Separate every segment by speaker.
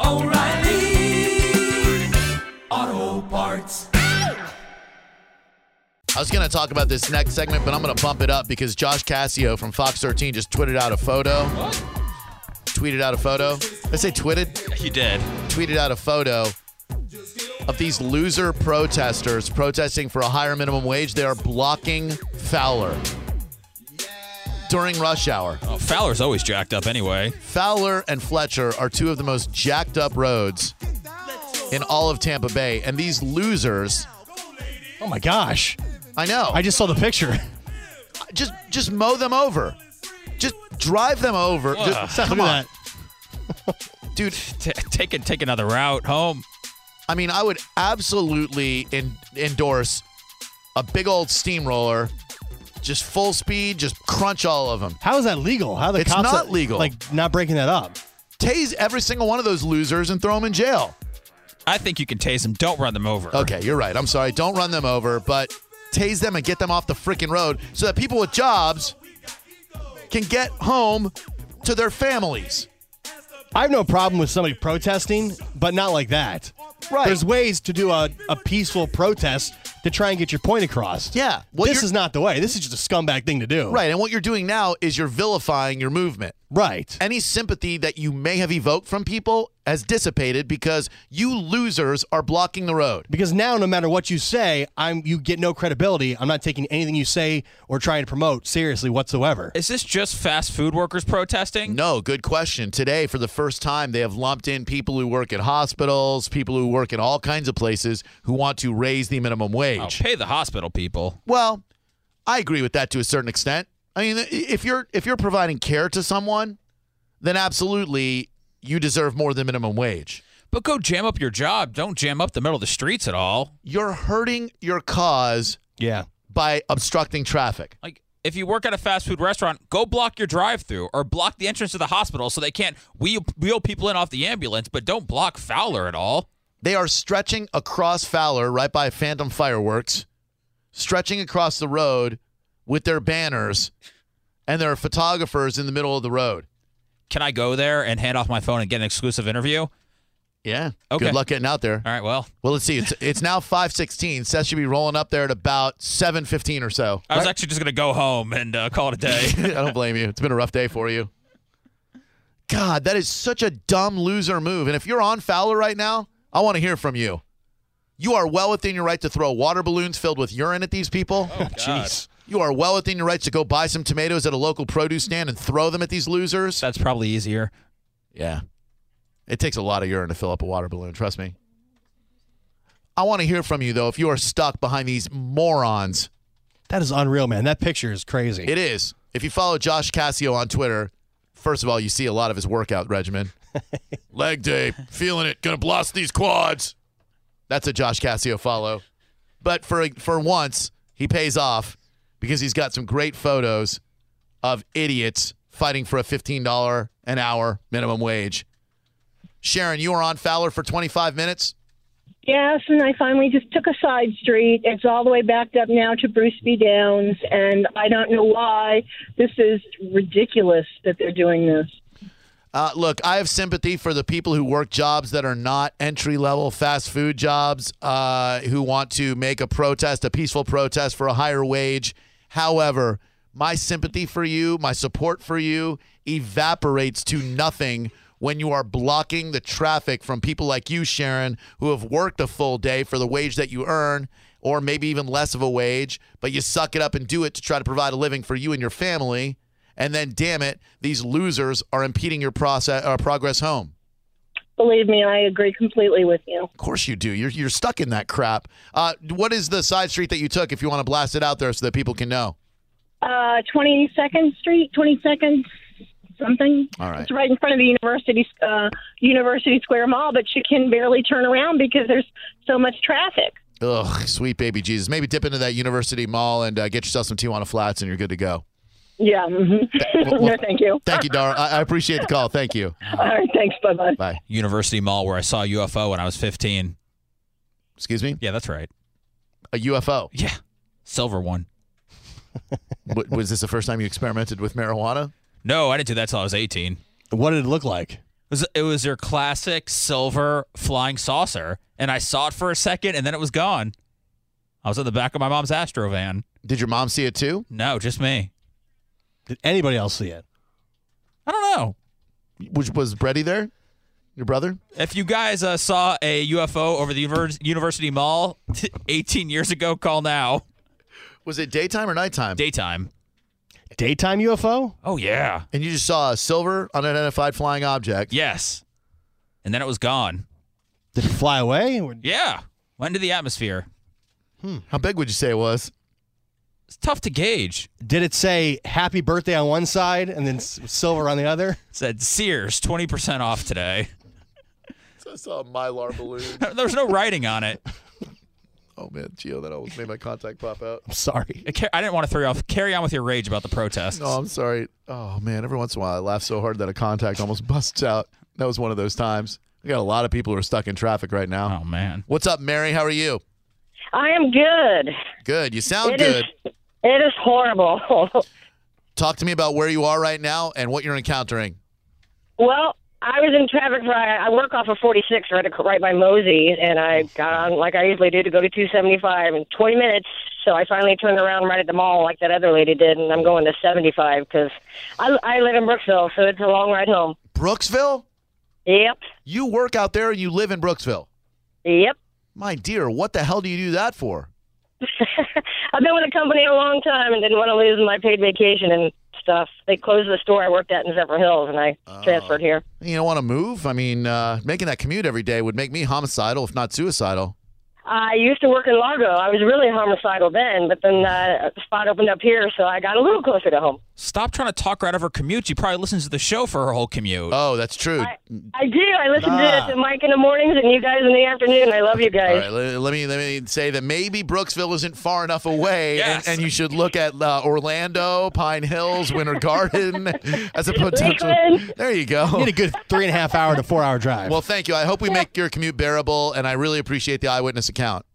Speaker 1: oh, oh, O'Reilly. Auto Parts.
Speaker 2: I was going to talk about this next segment, but I'm going to bump it up because Josh Cassio from Fox 13 just tweeted out a photo. Tweeted out a photo. Did I say tweeted?
Speaker 3: He did.
Speaker 2: Tweeted out a photo of these loser protesters protesting for a higher minimum wage. They are blocking Fowler during rush hour.
Speaker 3: Oh, Fowler's always jacked up anyway.
Speaker 2: Fowler and Fletcher are two of the most jacked up roads in all of Tampa Bay. And these losers,
Speaker 4: Oh my gosh.
Speaker 2: I know.
Speaker 4: I just saw the picture.
Speaker 2: just just mow them over. Just drive them over.
Speaker 3: Ugh,
Speaker 2: Just-
Speaker 4: Look
Speaker 2: come on.
Speaker 4: at that.
Speaker 2: Dude,
Speaker 3: T- take it, take another route home.
Speaker 2: I mean, I would absolutely en- endorse a big old steamroller, just full speed, just crunch all of them.
Speaker 4: How is that legal? How the
Speaker 2: It's
Speaker 4: cops
Speaker 2: not
Speaker 4: are,
Speaker 2: legal.
Speaker 4: Like not breaking that up.
Speaker 2: Tase every single one of those losers and throw them in jail.
Speaker 3: I think you can tase him. Don't run them over.
Speaker 2: Okay, you're right. I'm sorry. Don't run them over, but tase them and get them off the freaking road so that people with jobs can get home to their families.
Speaker 4: I have no problem with somebody protesting, but not like that.
Speaker 2: Right.
Speaker 4: There's ways to do a, a peaceful protest to try and get your point across.
Speaker 2: Yeah. What
Speaker 4: this
Speaker 2: you're-
Speaker 4: is not the way. This is just a scumbag thing to do.
Speaker 2: Right. And what you're doing now is you're vilifying your movement.
Speaker 4: Right.
Speaker 2: any sympathy that you may have evoked from people has dissipated because you losers are blocking the road.
Speaker 4: because now no matter what you say, I'm you get no credibility. I'm not taking anything you say or trying to promote seriously whatsoever.
Speaker 3: Is this just fast food workers protesting?
Speaker 2: No, good question. Today, for the first time, they have lumped in people who work at hospitals, people who work in all kinds of places who want to raise the minimum
Speaker 3: Oh,
Speaker 2: wage.
Speaker 3: pay the hospital people.
Speaker 2: Well, I agree with that to a certain extent. I mean, i- if you're if you're providing care to someone, then absolutely you deserve more than minimum wage.
Speaker 3: But go jam up your job. Don't jam up the middle of the streets at all.
Speaker 2: You're hurting your cause
Speaker 4: yeah.
Speaker 2: by obstructing traffic.
Speaker 3: Like, if you work at a fast food restaurant, go block your drive through or block the entrance to the hospital so they can't wheel, wheel people in off the ambulance, but don't block Fowler at all.
Speaker 2: They are stretching across Fowler right by Phantom Fireworks, stretching across the road with their banners, and there are photographers in the middle of the road.
Speaker 3: Can I go there and hand off my phone and get an exclusive interview? All
Speaker 2: Yeah.
Speaker 3: Okay.
Speaker 2: Good luck getting out there.
Speaker 3: right, well,
Speaker 2: Well, let's see. It's it's now 5:16. Seth should be rolling up there at about 7:15 or so.
Speaker 3: I was actually just going to go home and uh, call it a day.
Speaker 2: I don't blame you. It's been a rough day for you. God, that is such a dumb loser move. And if you're on Fowler right now, I want to hear from you. You are well within your right to throw water balloons filled with urine at these people.
Speaker 3: Oh,
Speaker 4: Jeez.
Speaker 2: You are well within your rights to go buy some tomatoes at a local produce stand and throw them at these losers.
Speaker 3: That's probably easier.
Speaker 2: Yeah. It takes a lot of urine to fill up a water balloon, trust me. I want to hear from you, though, if you are stuck behind these morons.
Speaker 4: That is unreal, man. That picture is crazy.
Speaker 2: It is. If you follow Josh Cassio on Twitter, first of all, you see a lot of his workout regimen. Leg day, feeling it, gonna blast these quads. That's a Josh Cassio follow. But for for once, he pays off because he's got some great photos of idiots fighting for a $15 an hour minimum wage. Sharon, you were on Fowler for 25 minutes.
Speaker 5: Yes, and I finally just took a side street. It's all the way backed up now to Bruce B. Downs, and I don't know why. This is ridiculous that they're doing this.
Speaker 2: Uh, look, I have sympathy for the people who work jobs that are not entry level fast food jobs, uh, who want to make a protest, a peaceful protest for a higher wage. However, my sympathy for you, my support for you, evaporates to nothing when you are blocking the traffic from people like you, Sharon, who have worked a full day for the wage that you earn, or maybe even less of a wage, but you suck it up and do it to try to provide a living for you and your family and then damn it, these losers are impeding your process uh, progress home.
Speaker 5: Believe me, I agree completely with you.
Speaker 2: Of course you do. You're you're stuck in that crap. Uh, what is the side street that you took? If you want to blast it out there so that people can know.
Speaker 5: Uh, 22nd Street, 22nd something.
Speaker 2: All right.
Speaker 5: It's right in front of the university uh, University Square Mall, but you can barely turn around because there's so much traffic.
Speaker 2: Ugh, sweet baby Jesus. Maybe dip into that University Mall and uh, get yourself some Tijuana Flats, and you're good to go.
Speaker 5: Yeah. mhm.
Speaker 2: well-
Speaker 5: no, thank you.
Speaker 2: Thank you, Dar. I, I appreciate the call. Thank you.
Speaker 5: All right. Thanks. Bye bye.
Speaker 2: Bye.
Speaker 3: University Mall where I saw a UFO when I was 15.
Speaker 2: Excuse me.
Speaker 3: Yeah, that's right.
Speaker 2: A UFO.
Speaker 3: Yeah. Silver one.
Speaker 2: W- was this the first time you experimented with marijuana?
Speaker 3: No, I didn't do that till I was 18. It
Speaker 4: What did it look like?
Speaker 3: was, it was your classic silver flying saucer, and I saw it for a second, and then it was gone. I was at the back of my mom's Astro van.
Speaker 2: Did your mom see it too?
Speaker 3: No, just me.
Speaker 4: Did anybody else see it?
Speaker 3: I don't know.
Speaker 2: Which was Brady there? Your brother?
Speaker 3: If you guys uh, saw a UFO over the univers- University Mall 18 years ago, call now.
Speaker 2: Was it daytime or nighttime?
Speaker 3: Daytime.
Speaker 4: Daytime UFO?
Speaker 3: Oh, yeah.
Speaker 2: and you just saw a silver unidentified flying object.
Speaker 3: Yes. And then it was gone.
Speaker 4: Did it fly away? Or-
Speaker 3: Yeah. Went into the atmosphere.
Speaker 2: How big would you say it was?
Speaker 3: It's tough to gauge.
Speaker 4: Did it say happy birthday on one side and then s- silver on the other?
Speaker 3: said Sears 20% off today.
Speaker 2: I saw a mylar balloon.
Speaker 3: There's no writing on it.
Speaker 2: oh man, Gio, that almost made my contact pop out.
Speaker 4: I'm sorry.
Speaker 3: I ca- I didn't want to throw you off. Carry on with your rage about the protests.
Speaker 2: Oh, I'm sorry. Oh man, every once in a while I laugh so hard that a contact almost busts out. That was one of those times. We got a lot of people who are stuck in traffic right now.
Speaker 3: Oh, man.
Speaker 2: What's up, Mary? How are you?
Speaker 5: I am good.
Speaker 2: Good. You sound
Speaker 5: It is.
Speaker 2: good.
Speaker 5: It is horrible.
Speaker 2: Talk to me about where you are right now and what you're encountering.
Speaker 5: Well, I was in traffic for I work off of 46 right ac- right by Mosey, and I got on like I usually do to go to 275 in 20 minutes. So I finally turned around right at the mall like that other lady did, and I'm going to 75 because I, I live in Brooksville, so it's a long ride home.
Speaker 2: Brooksville?
Speaker 5: Yep,
Speaker 2: You work out there and you live in Brooksville.
Speaker 5: yep.
Speaker 2: My dear, what the hell do you do that for?
Speaker 5: I've been with the company a long time and didn't want to lose my paid vacation and stuff. They closed the store I worked at in Zephyr Hills, and I transferred here.
Speaker 2: You don't want to move? I mean, uh, making that commute every day would make me homicidal, if not suicidal.
Speaker 5: I used to work in Largo. I was really homicidal then, but then uh, a spot opened up here, so I got a little closer to home.
Speaker 3: Stop trying to talk right over commute. She probably listens to the show for her whole commute.
Speaker 2: Oh, that's true.
Speaker 5: I, I do. I listen
Speaker 2: Ah.
Speaker 5: to, to Mike in the mornings and you guys in the afternoon. I love you
Speaker 2: All
Speaker 5: guys.
Speaker 2: right, let, let me let me say that maybe Brooksville isn't far enough away,
Speaker 3: Yes.
Speaker 2: and, and you should look at uh, Orlando, Pine Hills, Winter Garden as a potential.
Speaker 5: Lakeland.
Speaker 2: There you go.
Speaker 4: You had a good three and a half hour to four hour drive.
Speaker 2: Well, thank you. I hope we make your commute bearable, and I really appreciate the eyewitness account.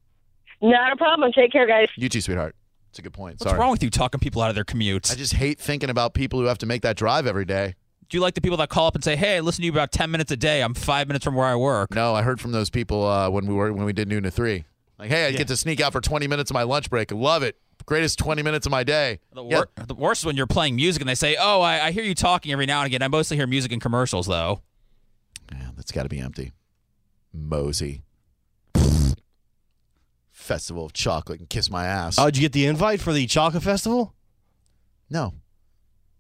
Speaker 5: Not a problem. Take care, guys.
Speaker 2: You too, sweetheart. It's a good point.
Speaker 3: What's
Speaker 2: Sorry.
Speaker 3: wrong with you talking people out of their commutes?
Speaker 2: I just hate thinking about people who have to make that drive every day.
Speaker 3: Do you like the people that call up and say, hey, I listen to you about 10 minutes a day. I'm five minutes from where I work?
Speaker 2: No, I heard from those people uh, when we were when we did noon to three. Like, hey, I get to sneak out for 20 minutes of my lunch break. Love it. Greatest 20 minutes of my day.
Speaker 3: The,
Speaker 2: Yeah.
Speaker 3: wor- the worst is when you're playing music and they say, oh, I-, I hear you talking every now and again. I mostly hear music and commercials, though.
Speaker 2: Man, that's got to be empty. Mosey. Festival of chocolate and kiss my ass.
Speaker 4: oh, did you get the invite for the chocolate festival?
Speaker 2: no,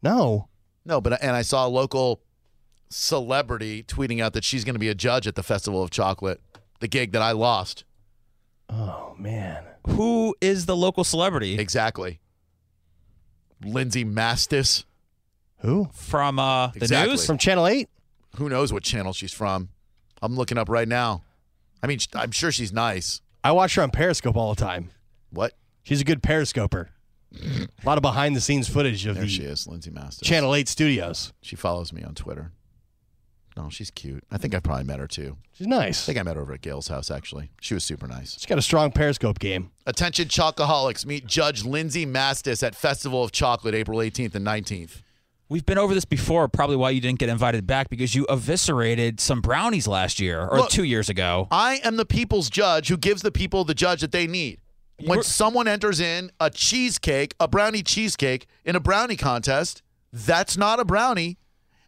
Speaker 4: No.
Speaker 2: no, but and I saw a local celebrity tweeting out that she's going to be a judge at the Festival of Chocolate, the gig that I lost.
Speaker 4: Oh man.
Speaker 3: Who is the local celebrity
Speaker 2: Exactly. Lindsay Mastis.
Speaker 4: Who?
Speaker 3: from uh, the
Speaker 2: Exactly.
Speaker 3: news?
Speaker 4: From Channel Eight?
Speaker 2: who knows what channel she's from. I'm looking up right now. I mean, sh- I'm sure she's nice.
Speaker 4: I watch her on Periscope all the time.
Speaker 2: What?
Speaker 4: She's a good Periscoper. a lot of behind the scenes footage of
Speaker 2: There
Speaker 4: the
Speaker 2: she is, Lindsay Masters.
Speaker 4: Channel Eight studios.
Speaker 2: She follows me on Twitter. No, she's cute. I think I probably met her too.
Speaker 4: She's nice.
Speaker 2: I think I met her over at Gail's house actually. She was super nice.
Speaker 4: She's got a strong Periscope game.
Speaker 2: Attention chocoholics, meet Judge Lindsay Mastis at Festival of Chocolate April 18th and 19th.
Speaker 3: We've been over this before, probably why you didn't get invited back because you eviscerated some brownies last year or
Speaker 2: Look-
Speaker 3: 2 years ago.
Speaker 2: I am the people's judge who gives the people the judge that they need. When
Speaker 3: You're-
Speaker 2: someone enters in a cheesecake, a brownie cheesecake in a brownie contest, that's not a brownie.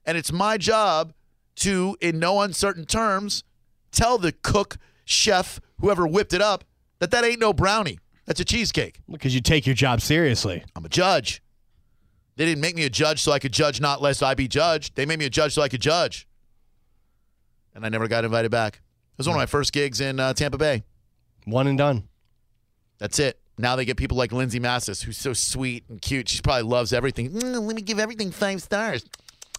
Speaker 2: And it's my job to, in no uncertain terms, tell the cook, chef, whoever whipped it up, that that ain't no brownie. That's a cheesecake.
Speaker 4: Because you take your job seriously.
Speaker 2: I'm a judge. They didn't make me a judge so I could judge not lest I be judged. They made me a judge so I could judge. And I never got invited back. It was one of my first gigs in uh, Tampa Bay.
Speaker 4: One and done.
Speaker 2: That's it. Now they get people like Lindsay Mastis, who's so sweet and cute. She probably loves everything. Mm, let me give everything five stars.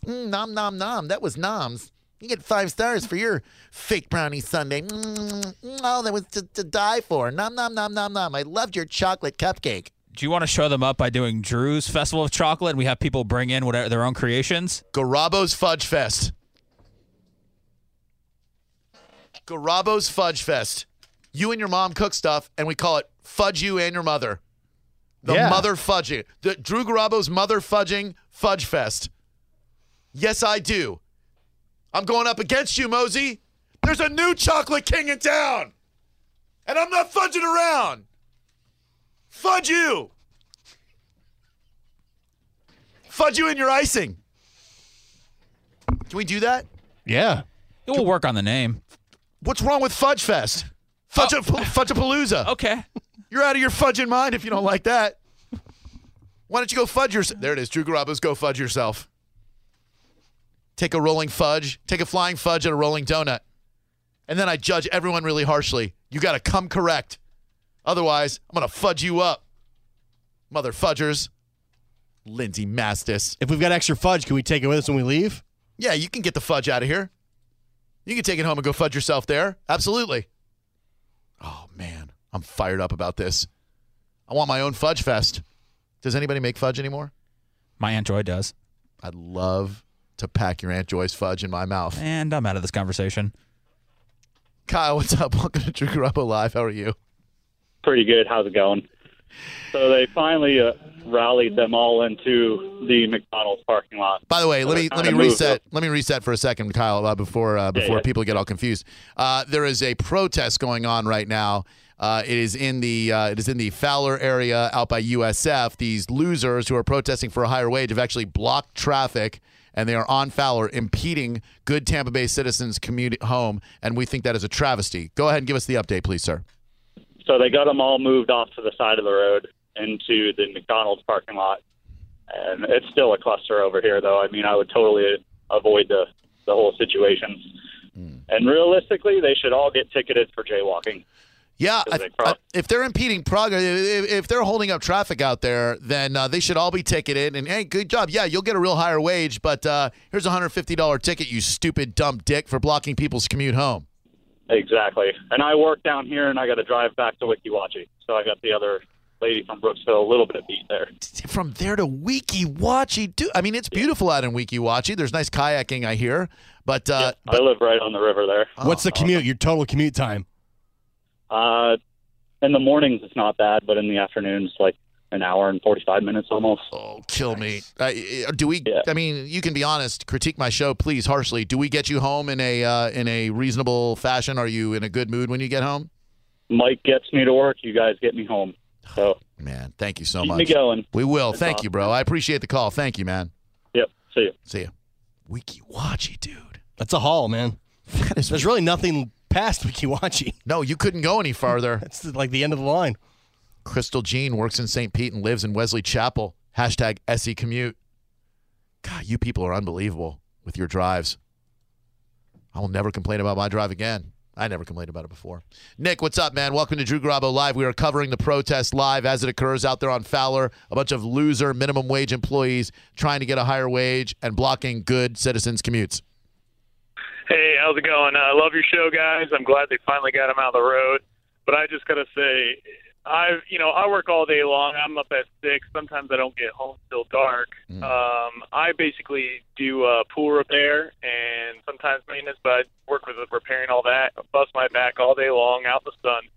Speaker 2: Mm, nom nom nom. That was noms. You get five stars for your fake brownie sundae. Mm, oh, that was to, to die for. Nom, nom, nom, nom, nom. I loved your chocolate cupcake.
Speaker 3: Do you want to show them up by doing Drew's Festival of Chocolate and we have people bring in whatever their own creations?
Speaker 2: Garabo's Fudge Fest. Garabo's Fudge Fest. You and your mom cook stuff, and we call it Fudge You and Your Mother. The
Speaker 4: Yeah.
Speaker 2: mother fudging. The Drew Garabo's mother fudging Fudge Fest. Yes, I do. I'm going up against you, Mosey. There's a new chocolate king in town, and I'm not fudging around. Fudge you. Fudge you in your icing. Can we do that?
Speaker 4: Yeah.
Speaker 3: It will work on the name.
Speaker 2: What's wrong with Fudge Fest? Fudge a Fudgepalooza.
Speaker 3: Okay.
Speaker 2: You're out of your fudging mind if you don't like that. Why don't you go fudge yourself? There it is. Drew Garabos, go fudge yourself. Take a rolling fudge, take a flying fudge and a rolling donut. And then I judge everyone really harshly. You got to come correct. Otherwise, I'm going to fudge you up. Mother fudgers. Lindsay Mastis.
Speaker 4: If we've got extra fudge, can we take it with us when we leave?
Speaker 2: Yeah, you can get the fudge out of here. You can take it home and go fudge yourself there. Absolutely. Oh, man. I'm fired up about this. I want my own fudge fest. Does anybody make fudge anymore?
Speaker 3: My Aunt Joy does.
Speaker 2: I'd love to pack your Aunt Joy's fudge in my mouth.
Speaker 3: And I'm out of this conversation.
Speaker 2: Kyle, what's up? Welcome to Drew Garoppolo Live. How are you?
Speaker 6: pretty good. How's it going? So they finally uh, rallied them all into the McDonald's parking lot.
Speaker 2: By the way, let me
Speaker 6: Kinda
Speaker 2: let me
Speaker 6: moved
Speaker 2: reset.
Speaker 6: up.
Speaker 2: Let me reset for a second, Kyle, uh, before uh, before
Speaker 6: yeah.
Speaker 2: people get all confused. Uh, there is a protest going on right now. Uh, it is in the uh, it is in the Fowler area out by USF. These losers who are protesting for a higher wage have actually blocked traffic, and they are on Fowler, impeding good Tampa Bay citizens' commute home. And we think that is a travesty. Go ahead and give us the update, please, sir.
Speaker 6: So they got them all moved off to the side of the road into the McDonald's parking lot. And it's still a cluster over here, though. I mean, I would totally avoid the, the whole situation.
Speaker 2: Hmm.
Speaker 6: And realistically, they should all get ticketed for jaywalking.
Speaker 2: Yeah,
Speaker 6: Because
Speaker 2: I-
Speaker 6: they pro-
Speaker 2: I- if they're impeding progress, if, if they're holding up traffic out there, then uh, they should all be ticketed. And hey, good job. Yeah, you'll get a real higher wage, but uh, here's a hundred fifty dollar ticket, you stupid dumb dick, for blocking people's commute home.
Speaker 6: Exactly. And I work down here, and I got to drive back to Wikiwachi. So I got the other lady from Brooksville a little bit beat there.
Speaker 2: From there to Wiki Watchy, dude. I mean, it's beautiful out in Wiki Watchy. There's nice kayaking, I hear, but uh,
Speaker 6: I live right on the river there.
Speaker 2: Oh,
Speaker 4: What's the commute? Your total commute time?
Speaker 6: Uh, in the mornings it's not bad, but in the afternoons like an hour and forty five minutes almost.
Speaker 2: oh, kill me. Uh, do we?
Speaker 6: Yeah.
Speaker 2: I mean, you can be honest. Critique my show, please, harshly. Do we get you home in a uh, in a reasonable fashion? Are you in a good mood when you get home?
Speaker 6: Mike gets me to work. You guys get me home. So
Speaker 2: Man, thank you so
Speaker 6: keep
Speaker 2: much.
Speaker 6: me going.
Speaker 2: We will.
Speaker 6: That's
Speaker 2: Thank you,
Speaker 6: awesome.
Speaker 2: bro. I appreciate the call. Thank you, man.
Speaker 6: Yep. See you.
Speaker 2: See you. Wiki Watchy, dude.
Speaker 4: That's a haul, man. There's really nothing past Wikiwachi.
Speaker 2: No, you couldn't go any farther.
Speaker 4: That's like the end of the line.
Speaker 2: Crystal Jean works in St. Pete and lives in Wesley Chapel. Hashtag SE commute. God, you people are unbelievable with your drives. I will never complain about my drive again. I never complained about it before. Nick, what's up, man? Welcome to Drew Garabo Live. We are covering the protest live as it occurs out there on Fowler. A bunch of loser minimum wage employees trying to get a higher wage and blocking good citizens' commutes.
Speaker 7: Hey, how's it going? I love your show, guys. I'm glad they finally got him out of the road. But I just gotta say, I've you know I work all day long. I'm up at six. Sometimes I don't get home till dark. Um, I basically do uh, pool repair and sometimes maintenance, but I work with repairing all that. I bust my back all day long out in the sun.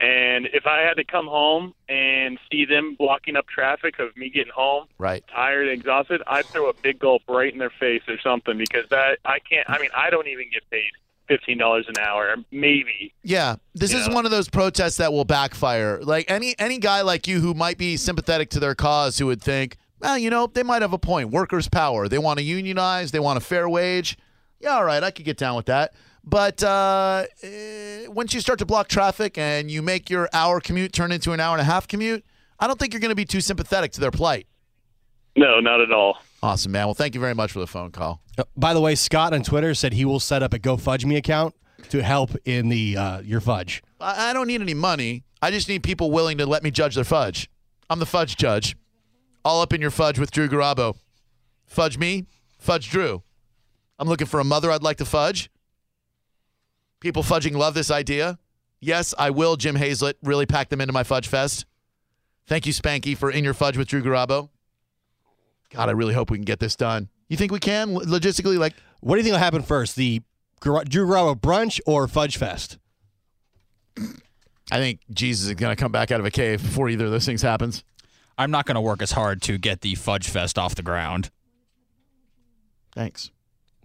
Speaker 7: And if I had to come home and see them blocking up traffic of me getting home,
Speaker 2: Right.
Speaker 7: tired, exhausted, I'd throw a big gulp right in their face or something because that I can't. I mean, I don't even get paid fifteen dollars an hour, maybe.
Speaker 2: Yeah, this is
Speaker 7: Yeah.
Speaker 2: one of those protests that will backfire. Like any any guy like you who might be sympathetic to their cause, who would think, well, you know, they might have a point. Workers' power. They want to unionize. They want a fair wage. Yeah, all right, I could get down with that. But uh, eh, once you start to block traffic and you make your hour commute turn into an hour and a half commute, I don't think you're going to be too sympathetic to their plight.
Speaker 7: No, not at all.
Speaker 2: Awesome, man. Well, thank you very much for the phone call.
Speaker 4: Uh, By the way, Scott on Twitter said he will set up a Go Fudge Me account to help in the uh, your fudge.
Speaker 2: I, I don't need any money. I just need people willing to let me judge their fudge. I'm the fudge judge. All up in your fudge with Drew Garabo. Fudge me, fudge Drew. I'm looking for a mother I'd like to fudge. People fudging love this idea. Yes, I will, Jim Hazlett. Really pack them into my fudge fest. Thank you, Spanky, for In Your Fudge with Drew Garabo. God, I really hope we can get this done. You think we can lo- logistically? Like,
Speaker 4: What do you think will happen first, the Gar- Drew Garabo brunch or Fudge Fest?
Speaker 2: I think Jesus is going to come back out of a cave before either of those things happens.
Speaker 3: I'm not going to work as hard to get the Fudge Fest off the ground.
Speaker 2: Thanks.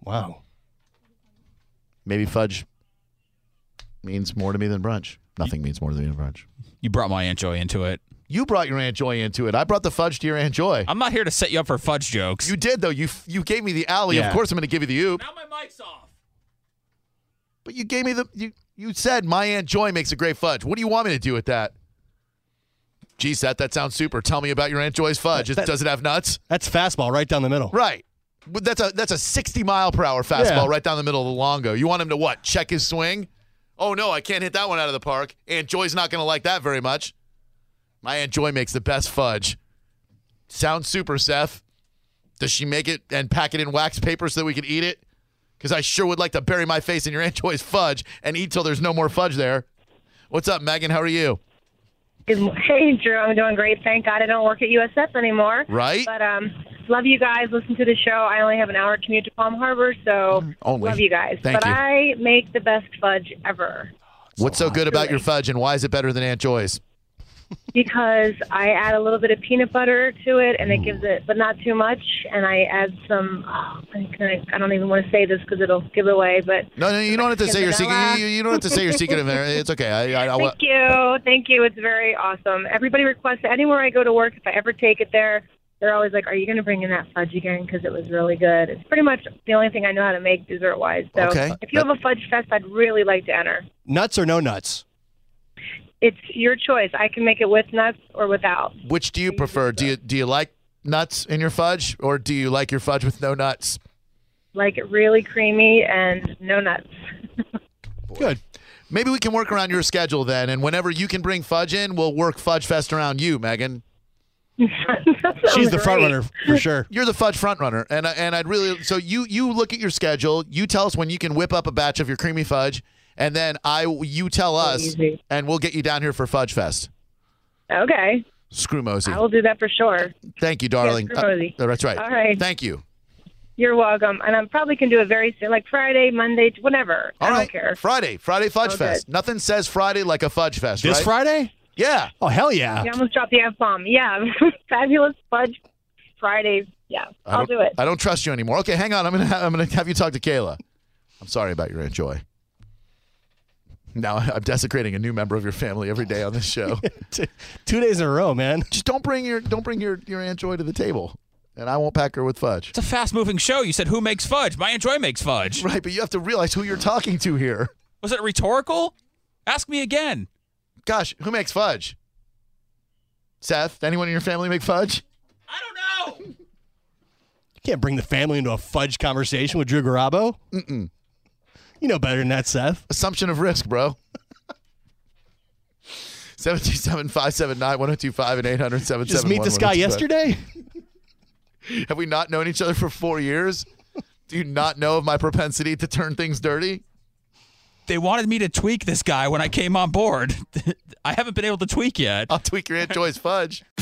Speaker 4: Wow.
Speaker 2: Maybe fudge means more to me than brunch. Nothing means more to me than brunch.
Speaker 3: You brought my Aunt Joy into it.
Speaker 2: You brought your Aunt Joy into it. I brought the fudge to your Aunt Joy.
Speaker 3: I'm not here to set you up for fudge jokes.
Speaker 2: You did though. You you gave me the alley.
Speaker 4: Yeah.
Speaker 2: Of course, I'm going to give you the oop.
Speaker 3: now my mic's off.
Speaker 2: But you gave me the you you said my aunt Joy makes a great fudge. What do you want me to do with that? Geez, that that sounds super. Tell me about your aunt Joy's fudge. It,
Speaker 4: That-
Speaker 2: does it have nuts?
Speaker 4: That's fastball right down the middle.
Speaker 2: Right. Well, That's a that's a 60 mile per hour fastball
Speaker 4: Yeah.
Speaker 2: right down the middle of the longo. You want him to what? Check his swing? Oh no, I can't hit that one out of the park. Aunt Joy's not going to like that very much. My aunt Joy makes the best fudge. Sounds super, Seth. Does she make it and pack it in wax paper so that we can eat it? Because I sure would like to bury my face in your aunt Joy's fudge and eat till there's no more fudge there. What's up, Megan? How are you?
Speaker 5: Good mo- Hey, Drew, I'm doing great. Thank God I don't work at USF anymore.
Speaker 2: Right?
Speaker 5: But um, love you guys. Listen to the show. I only have an hour commute to Palm Harbor, so
Speaker 2: Only.
Speaker 5: love you guys.
Speaker 2: Thank
Speaker 5: but
Speaker 2: you.
Speaker 5: I make the best fudge ever
Speaker 2: What's so good about your fudge and why is it better than Aunt Joy's?
Speaker 5: because I add a little bit of peanut butter to it, and it
Speaker 2: Mm.
Speaker 5: gives it, but not too much. And I add some. Oh, I can't- I don't even want to say this because it'll give it away. But
Speaker 2: No, no, you don't have to say your secret.
Speaker 5: Vanilla.
Speaker 2: You, you- you don't have to say your secret. in there. It's okay. I, I, I,
Speaker 5: Thank you. Thank you. It's very awesome. Everybody requests it. Anywhere I go to work, if I ever take it there, they're always like, Are you going to bring in that fudge again? Because it was really good. It's pretty much the only thing I know how to make dessert wise. So
Speaker 2: Okay.
Speaker 5: if you have a fudge fest, I'd really like to enter.
Speaker 4: Nuts or no nuts?
Speaker 5: It's your choice. I can make it with nuts or without.
Speaker 2: which do you prefer? Do you do you like nuts in your fudge, or do you like your fudge with no nuts?
Speaker 5: Like it really creamy and no nuts.
Speaker 4: Good.
Speaker 2: Maybe we can work around your schedule then, and whenever you can bring fudge in, we'll work Fudge Fest around you, Megan.
Speaker 4: She's the front runner for sure.
Speaker 2: You're the fudge front runner, and I- and I'd really so you you look at your schedule. You tell us when you can whip up a batch of your creamy fudge, and then I you tell us,
Speaker 5: easy.
Speaker 2: and we'll get you down here for Fudge Fest.
Speaker 5: Okay.
Speaker 2: Screw Mosey.
Speaker 5: I will do that for sure.
Speaker 2: Thank you, darling.
Speaker 5: screw Mosey.
Speaker 2: Uh, that's right.
Speaker 5: All right.
Speaker 2: Thank you.
Speaker 5: You're welcome. And I probably can do it very soon, like Friday, Monday, whenever.
Speaker 2: All
Speaker 5: I
Speaker 2: right.
Speaker 5: don't care.
Speaker 2: Friday, Friday Fudge
Speaker 5: All
Speaker 2: Fest. Nothing says Friday like a Fudge Fest,
Speaker 4: This
Speaker 2: right?
Speaker 4: Friday?
Speaker 2: yeah.
Speaker 4: Oh hell yeah.
Speaker 5: You almost dropped the F bomb. Yeah. Fabulous Fudge Friday. Yeah.
Speaker 2: I
Speaker 5: I'll
Speaker 2: don't-
Speaker 5: do it.
Speaker 2: I don't trust you anymore. Okay, hang on. I'm gonna ha- I'm gonna have you talk to Kayla. I'm sorry about your Aunt Joy. Now I'm desecrating a new member of your family every day on this show.
Speaker 4: T- Two days in a row, man.
Speaker 2: Just don't bring your don't bring your your Aunt Joy to the table, and I won't pack her with fudge.
Speaker 3: It's a fast moving show. You said, Who makes fudge? My Aunt Joy makes fudge.
Speaker 2: Right, but you have to realize who you're talking to here.
Speaker 3: Was it rhetorical? Ask me again.
Speaker 2: Gosh, who makes fudge? Seth, anyone in your family make fudge?
Speaker 3: I don't know.
Speaker 4: You can't bring the family into a fudge conversation with Drew Garabo. Mm-mm. You know better than that, Seth.
Speaker 2: Assumption of risk, bro. 727-579-1025 and 800
Speaker 4: Just meet this guy yesterday.
Speaker 2: Have we not known each other for four years? Do you not know of my propensity to turn things dirty?
Speaker 3: They wanted me to tweak this guy when I came on board. I haven't been able to tweak yet.
Speaker 1: Uh,
Speaker 2: I'll tweak your Aunt Joy's fudge.